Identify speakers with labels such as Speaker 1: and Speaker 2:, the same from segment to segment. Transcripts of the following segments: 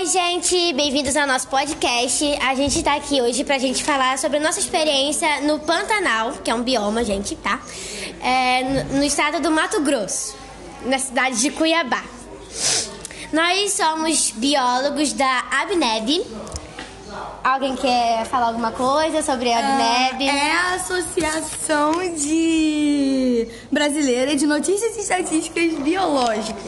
Speaker 1: Oi, gente, bem-vindos ao nosso podcast. A gente tá aqui hoje pra gente falar sobre a nossa experiência no Pantanal, que é um bioma, gente, tá? É, no, no estado do Mato Grosso, na cidade de Cuiabá. Nós somos biólogos da Abneb. Alguém quer falar alguma coisa sobre a Abneb?
Speaker 2: É a Associação de Brasileira de Notícias e Estatísticas Biológicas.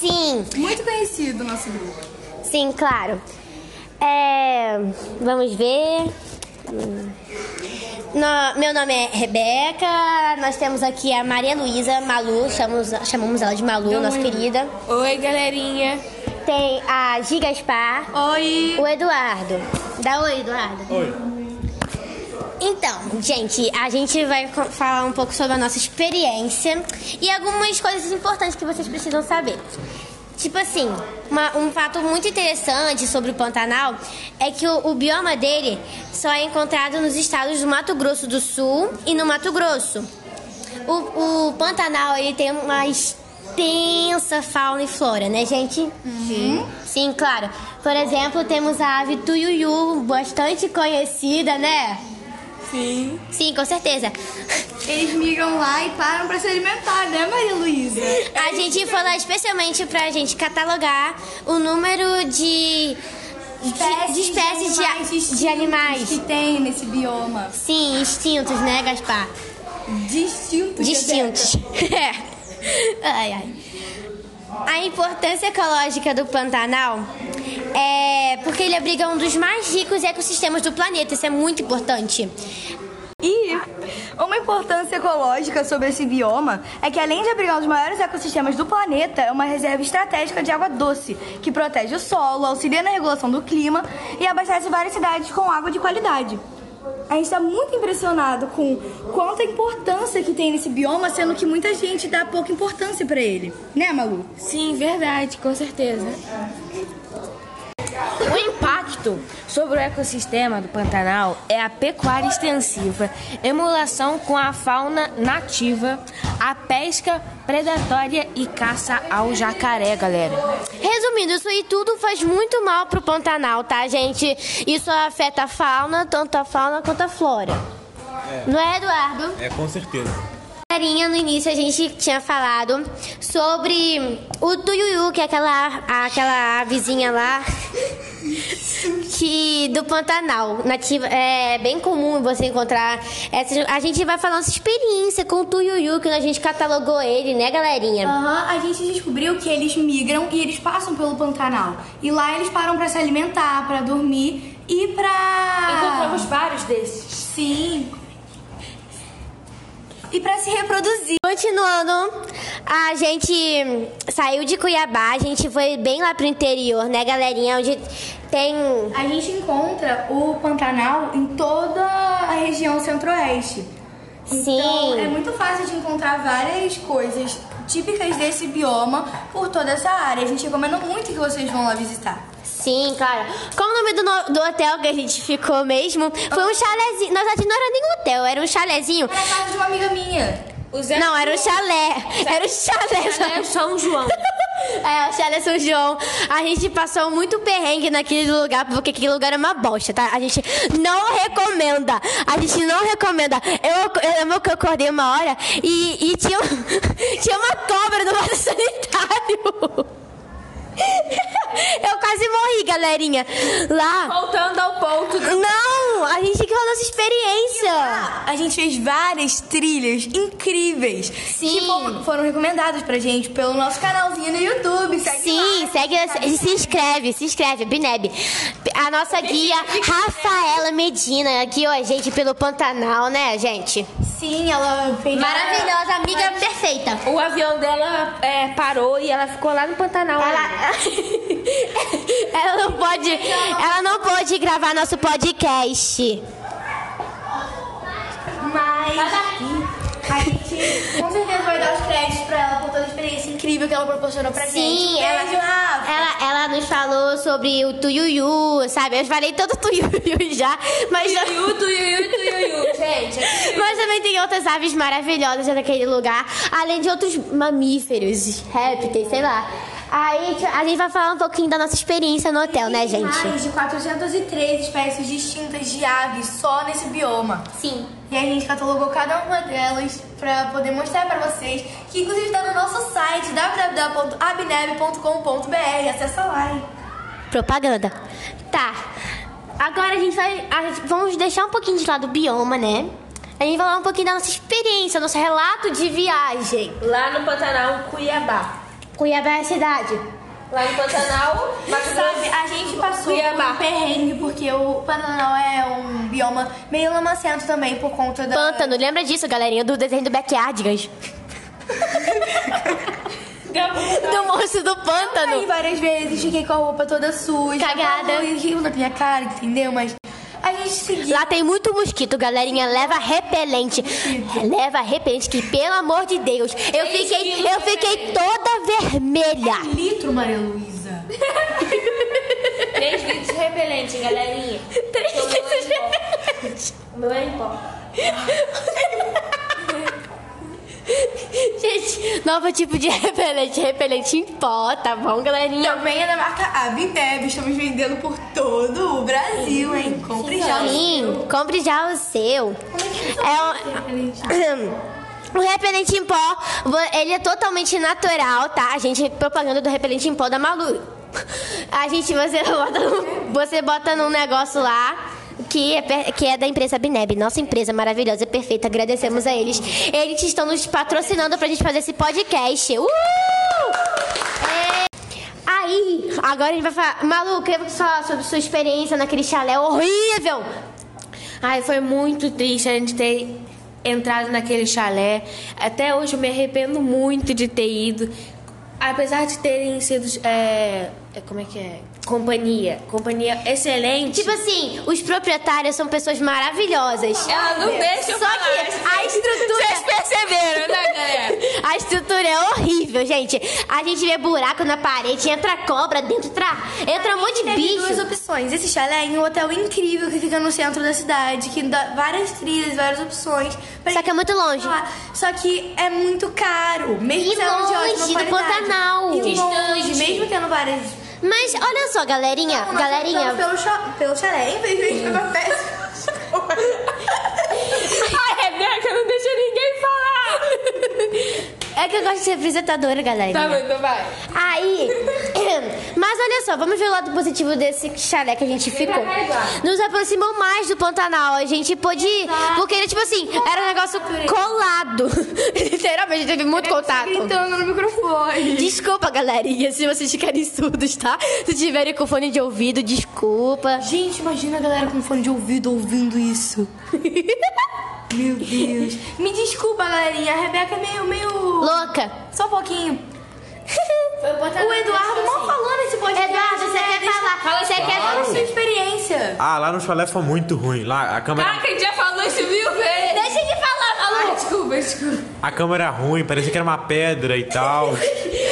Speaker 1: Sim,
Speaker 2: Muito conhecido o nosso grupo.
Speaker 1: Sim, claro. É, vamos ver. No- meu nome é Rebeca, nós temos aqui a Maria Luísa Malu, chamamos, chamamos ela de Malu, nossa querida.
Speaker 2: Oi, galerinha.
Speaker 1: Tem a Gigaspar,
Speaker 2: Oi.
Speaker 1: o Eduardo. Dá oi, Eduardo.
Speaker 3: Oi.
Speaker 1: Então, gente, a gente vai co- falar um pouco sobre a nossa experiência e algumas coisas importantes que vocês precisam saber. Tipo assim, uma- um fato muito interessante sobre o Pantanal é que o, o bioma dele só é encontrado nos estados do Mato Grosso do Sul e no Mato Grosso. O, o Pantanal ele tem uma extensa fauna e flora, né, gente? Sim. Sim, claro. Por exemplo, temos a ave tuiuiu, bastante conhecida, né?
Speaker 2: Sim.
Speaker 1: Sim, com certeza.
Speaker 2: Eles migram lá e param pra se alimentar, né, Maria Luísa?
Speaker 1: A gente foi lá especialmente pra gente catalogar o número de de, de espécies de, a-
Speaker 2: animais
Speaker 1: de animais.
Speaker 2: Que tem nesse bioma.
Speaker 1: Sim, extintos, né, Gaspar?
Speaker 2: Distintos.
Speaker 1: Distintos. É. Ai, ai. A importância ecológica do Pantanal é porque ele abriga um dos mais ricos ecossistemas do planeta. Isso é muito importante.
Speaker 2: E uma importância ecológica sobre esse bioma é que, além de abrigar um dos maiores ecossistemas do planeta, é uma reserva estratégica de água doce, que protege o solo, auxilia na regulação do clima e abastece várias cidades com água de qualidade. A gente está muito impressionado com quanta importância que tem nesse bioma, sendo que muita gente dá pouca importância para ele. Né, Malu?
Speaker 4: Sim, verdade, com certeza. O impacto sobre o ecossistema do Pantanal é a pecuária extensiva, emulação com a fauna nativa, a pesca predatória e caça ao jacaré, galera.
Speaker 1: Resumindo, isso aí tudo faz muito mal pro Pantanal, tá, gente? Isso afeta a fauna, tanto a fauna quanto a flora. Não é, Eduardo?
Speaker 3: É, com certeza.
Speaker 1: Galerinha, no início a gente tinha falado sobre o tuiuiu, que é aquela, aquela avezinha lá que do Pantanal. Nativa, é bem comum você encontrar. Essa, a gente vai falar nossa experiência com o tuiuiu, que a gente catalogou ele, né, galerinha?
Speaker 2: Aham, a gente descobriu que eles migram e eles passam pelo Pantanal. E lá eles param pra se alimentar, pra dormir e pra.
Speaker 4: Encontramos vários desses.
Speaker 2: Sim. E pra se reproduzir.
Speaker 1: Continuando, a gente saiu de Cuiabá, a gente foi bem lá pro interior, né, galerinha? Onde tem.
Speaker 2: A gente encontra o Pantanal em toda a região centro-oeste.
Speaker 1: Sim.
Speaker 2: Então é muito fácil de encontrar várias coisas típicas desse bioma por toda essa área. A gente recomenda muito que vocês vão lá visitar.
Speaker 1: Sim, claro. Qual o nome do, no- do hotel que a gente ficou mesmo? Foi
Speaker 2: Ah.
Speaker 1: um chalezinho. Na verdade, não era nem um hotel, era um chalezinho.
Speaker 2: Era a casa de uma amiga minha.
Speaker 1: Não, era um chalé. Era um chalé.
Speaker 4: É São João.
Speaker 1: É, o Chalé São João. A gente passou muito perrengue naquele lugar, porque aquele lugar é uma bosta, tá? A gente não recomenda. A gente não recomenda. Eu, ac- eu lembro que eu acordei uma hora e, e tinha, um- tinha uma cobra no vaso sanitário. Eu quase morri, galerinha. Lá.
Speaker 4: tá Voltando ao ponto
Speaker 1: Não! A gente que nossa experiência.
Speaker 2: A gente fez várias trilhas incríveis
Speaker 1: Sim.
Speaker 2: que fo- foram recomendadas pra gente pelo nosso canalzinho no YouTube. Segue né?
Speaker 1: Sim, segue, e se inscreve, se inscreve, Bineb. A nossa guia, Rafaela Medina, aqui, ó, gente, pelo Pantanal, né, gente?
Speaker 2: lá. Sim, ela fez.
Speaker 1: Maravilhosa, amiga perfeita.
Speaker 4: O avião dela é, parou e ela ficou lá no Pantanal.
Speaker 1: Ela... ela não pode, ela não pôde gravar nosso podcast.
Speaker 2: A gente com certeza vai dar os créditos pra ela por toda a experiência incrível que ela proporcionou pra gente.
Speaker 1: Sim, ela, é.
Speaker 2: Beijo, Rafa.
Speaker 1: ela, ela nos falou sobre o Tuiuiu, sabe? Eu falei todo Tuiuiu já, mas... é
Speaker 4: gente.
Speaker 1: Mas também tem outras aves maravilhosas naquele lugar, além de outros mamíferos, répteis, sei lá. Aí tio, a gente vai falar um pouquinho da nossa experiência no hotel, né, gente?
Speaker 2: Mais de 403 espécies distintas de aves só nesse bioma.
Speaker 1: Sim.
Speaker 2: E a gente catalogou cada uma delas pra poder mostrar pra vocês, que inclusive tá no nosso site www.abneb.com.br. Acessa lá, hein?
Speaker 1: Propaganda. Tá. Agora a gente vai. a gente- vamos deixar um pouquinho de lado o bioma, né? A gente vai falar um pouquinho da nossa experiência, nosso relato de viagem.
Speaker 3: Lá no Pantanal, Cuiabá.
Speaker 1: Cuiabá é a cidade.
Speaker 3: Lá no Pantanal, Mato
Speaker 2: Sabe,
Speaker 3: Grosso.
Speaker 2: a gente passou por
Speaker 3: Cuiabá.
Speaker 2: um perrengue, porque o Pantanal é um bioma meio lamacento também, por conta da...
Speaker 1: Pântano, lembra disso, galerinha, do desenho do Backyardigans? do monstro do
Speaker 2: Aí
Speaker 1: pântano.
Speaker 2: várias vezes fiquei com a roupa toda suja.
Speaker 1: Cagada.
Speaker 2: E riu na minha cara, entendeu? Mas a gente seguiu.
Speaker 1: Lá tem muito mosquito, galerinha. Leva repelente. Leva repelente, que pelo amor de Deus. Eu fiquei, eu fiquei toda vermelha.
Speaker 2: Litro, Maria Luísa.
Speaker 3: 3 litros de repelente, galerinha. 3 litros de repelente. O meu é em pó.
Speaker 1: Gente, novo tipo de repelente. Repelente em pó, tá bom, galerinha?
Speaker 2: Também é da marca Abineb. Estamos vendendo por todo o Brasil, hein? Compre já.
Speaker 1: Sim, compre já o seu. É um... O repelente em pó, vo- ele é totalmente natural, tá? A gente propaganda do repelente em pó da Malu. A gente você bota num, você bota num negócio lá que é, per- que é da empresa Bineb, nossa empresa maravilhosa, perfeita. Agradecemos a eles. Eles estão nos patrocinando pra gente fazer esse podcast. Uh! É. Aí, agora a gente vai falar. Malu, eu queria que você falasse sobre sua experiência naquele chalé horrível.
Speaker 4: Ai, foi muito triste a gente ter entrado naquele chalé. Até hoje eu me arrependo muito de ter ido. Apesar de terem sido. É, é, como é que é? Companhia. Companhia excelente.
Speaker 1: Tipo assim, os proprietários são pessoas maravilhosas.
Speaker 3: Ela não deixa eu
Speaker 1: Só
Speaker 3: falar.
Speaker 1: que a estrutura.
Speaker 3: Vocês perceberam, né, galera?
Speaker 1: A estrutura é horrível, gente. A gente vê buraco na parede, entra cobra dentro, entra, entra um monte de
Speaker 2: Teve duas
Speaker 1: bicho.
Speaker 2: opções. Esse chalé é um hotel incrível que fica no centro da cidade, que dá várias trilhas, várias opções. pra
Speaker 1: Só que é muito longe.
Speaker 2: gente lá. Só que é muito caro. Mesmo
Speaker 1: E
Speaker 2: sendo de
Speaker 1: longe
Speaker 2: ótima
Speaker 1: do
Speaker 2: qualidade.
Speaker 1: Pantanal.
Speaker 2: E longe,
Speaker 3: Distante.
Speaker 2: mesmo tendo várias...
Speaker 1: Mas olha só, galerinha.
Speaker 2: Nós optamos
Speaker 1: É, galerinha.
Speaker 2: Pelo, cha- pelo chalé, infelizmente, acontece.
Speaker 3: Ai, Rebeca, não deixa ninguém falar.
Speaker 1: É que eu gosto de ser apresentadora, galerinha.
Speaker 3: Tá bom, então vai.
Speaker 1: Aí, mas olha só, vamos ver o lado positivo desse chalé que a gente ficou.
Speaker 3: pra cá, Eduardo.
Speaker 1: Nos aproximou mais do Pantanal, a gente pôde ir, porque ele, tipo assim, era um negócio colado. Literalmente, teve muito contato.
Speaker 2: Gritando no microfone.
Speaker 1: Desculpa, galerinha, se vocês ficarem surdos, tá? Se tiverem com fone de ouvido, desculpa.
Speaker 2: Gente, imagina a galera com fone de ouvido ouvindo isso. Meu Deus. Me desculpa, galerinha. A Rebeca é meio, meio...
Speaker 1: Louca.
Speaker 2: Só um pouquinho. O Eduardo mal falou nesse podcast.
Speaker 1: Eduardo, você
Speaker 2: né?
Speaker 1: quer
Speaker 2: Deixa-
Speaker 1: falar?
Speaker 3: Fala,
Speaker 1: você quer
Speaker 2: Fala sua experiência.
Speaker 5: Ah, lá no chalé foi muito ruim. Lá a câmera,
Speaker 3: Caraca, a gente já falou isso mil vezes. Deixa ele falar, falou. desculpa, desculpa.
Speaker 5: a câmera era ruim, parecia que era uma pedra e tal.
Speaker 3: Mas o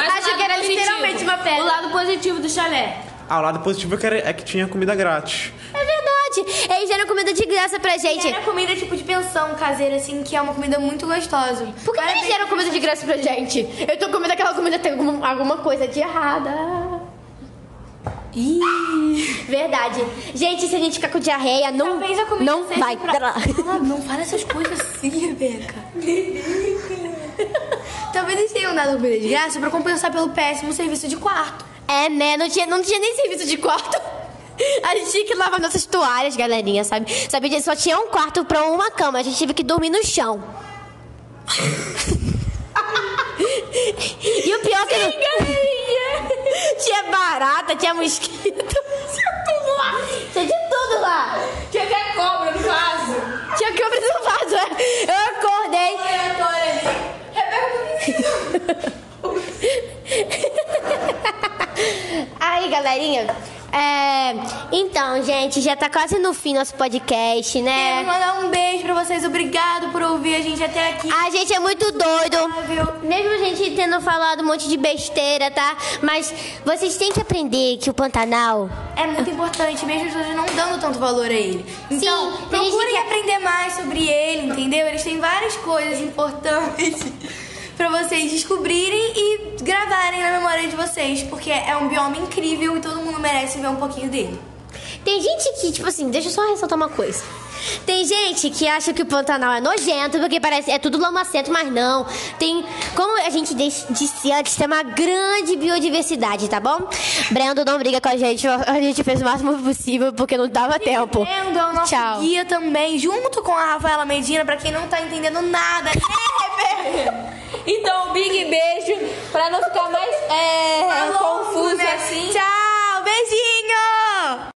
Speaker 1: Achei
Speaker 3: lado
Speaker 1: que era
Speaker 3: positivo.
Speaker 1: literalmente uma pedra.
Speaker 3: O lado positivo do chalé.
Speaker 5: Ah, o lado positivo é que, era, é que tinha comida grátis.
Speaker 1: É verdade. Eles deram comida de graça pra gente.
Speaker 2: Era comida tipo de pensão caseira, assim, que é uma comida muito gostosa.
Speaker 1: Por que, que eles deram comida de graça pra gente? Eu tô comendo aquela comida, tem alguma, alguma coisa de errada. Verdade. Gente, se a gente ficar com diarreia, não,
Speaker 2: Talvez a comida
Speaker 1: não
Speaker 2: seja
Speaker 1: vai.
Speaker 2: pra- Ah, não fala essas coisas assim, Rebeca. Talvez eles tenham dado comida de graça pra compensar pelo péssimo serviço de quarto.
Speaker 1: É, né? Não tinha, não tinha nem serviço de quarto. A gente tinha que lavar nossas toalhas, galerinha, sabe? Sabe, gente, só tinha um quarto pra uma cama. A gente teve que dormir no chão. e o pior é que... não- tinha barata, tinha mosquito. Tinha tudo lá. Tinha de tudo lá.
Speaker 3: Tinha até é cobra no vaso.
Speaker 1: Tinha câmera no vaso. é. Eu acordei. É. Aí, galerinha. É, então, gente, já tá quase no fim nosso podcast,
Speaker 2: Quero
Speaker 1: né?
Speaker 2: mandar um beijo pra vocês. Obrigado por ouvir a gente até aqui.
Speaker 1: A gente é muito doido.
Speaker 2: Viu?
Speaker 1: Mesmo a gente tendo falado um monte de besteira, tá? Mas vocês têm que aprender que o Pantanal
Speaker 2: É muito importante, mesmo as pessoas não dando tanto valor a ele. Então,
Speaker 1: Sim, tem gente
Speaker 2: procurem
Speaker 1: que- é-
Speaker 2: aprender mais sobre ele, entendeu? Eles têm várias coisas importantes pra pra vocês descobrirem e gravarem na memória de vocês, porque é um bioma incrível e todo mundo merece ver um pouquinho dele.
Speaker 1: Tem gente que, tipo assim, deixa eu só ressaltar uma coisa. Tem gente que acha que o Pantanal é nojento, porque parece é tudo lamacento, mas não. Tem, como a gente des- disse antes, tem uma grande biodiversidade, tá bom? Brendo, não briga com a gente, a gente fez o máximo possível, porque não dava tempo.
Speaker 2: Brendo é o nosso
Speaker 1: Tchau.
Speaker 2: guia também, junto com a Rafaela Medina, pra quem não tá entendendo nada, né, Rebeca?
Speaker 3: Então, um big beijo pra não ficar mais é,
Speaker 2: Tá né?
Speaker 4: Tá né? assim.
Speaker 3: assim.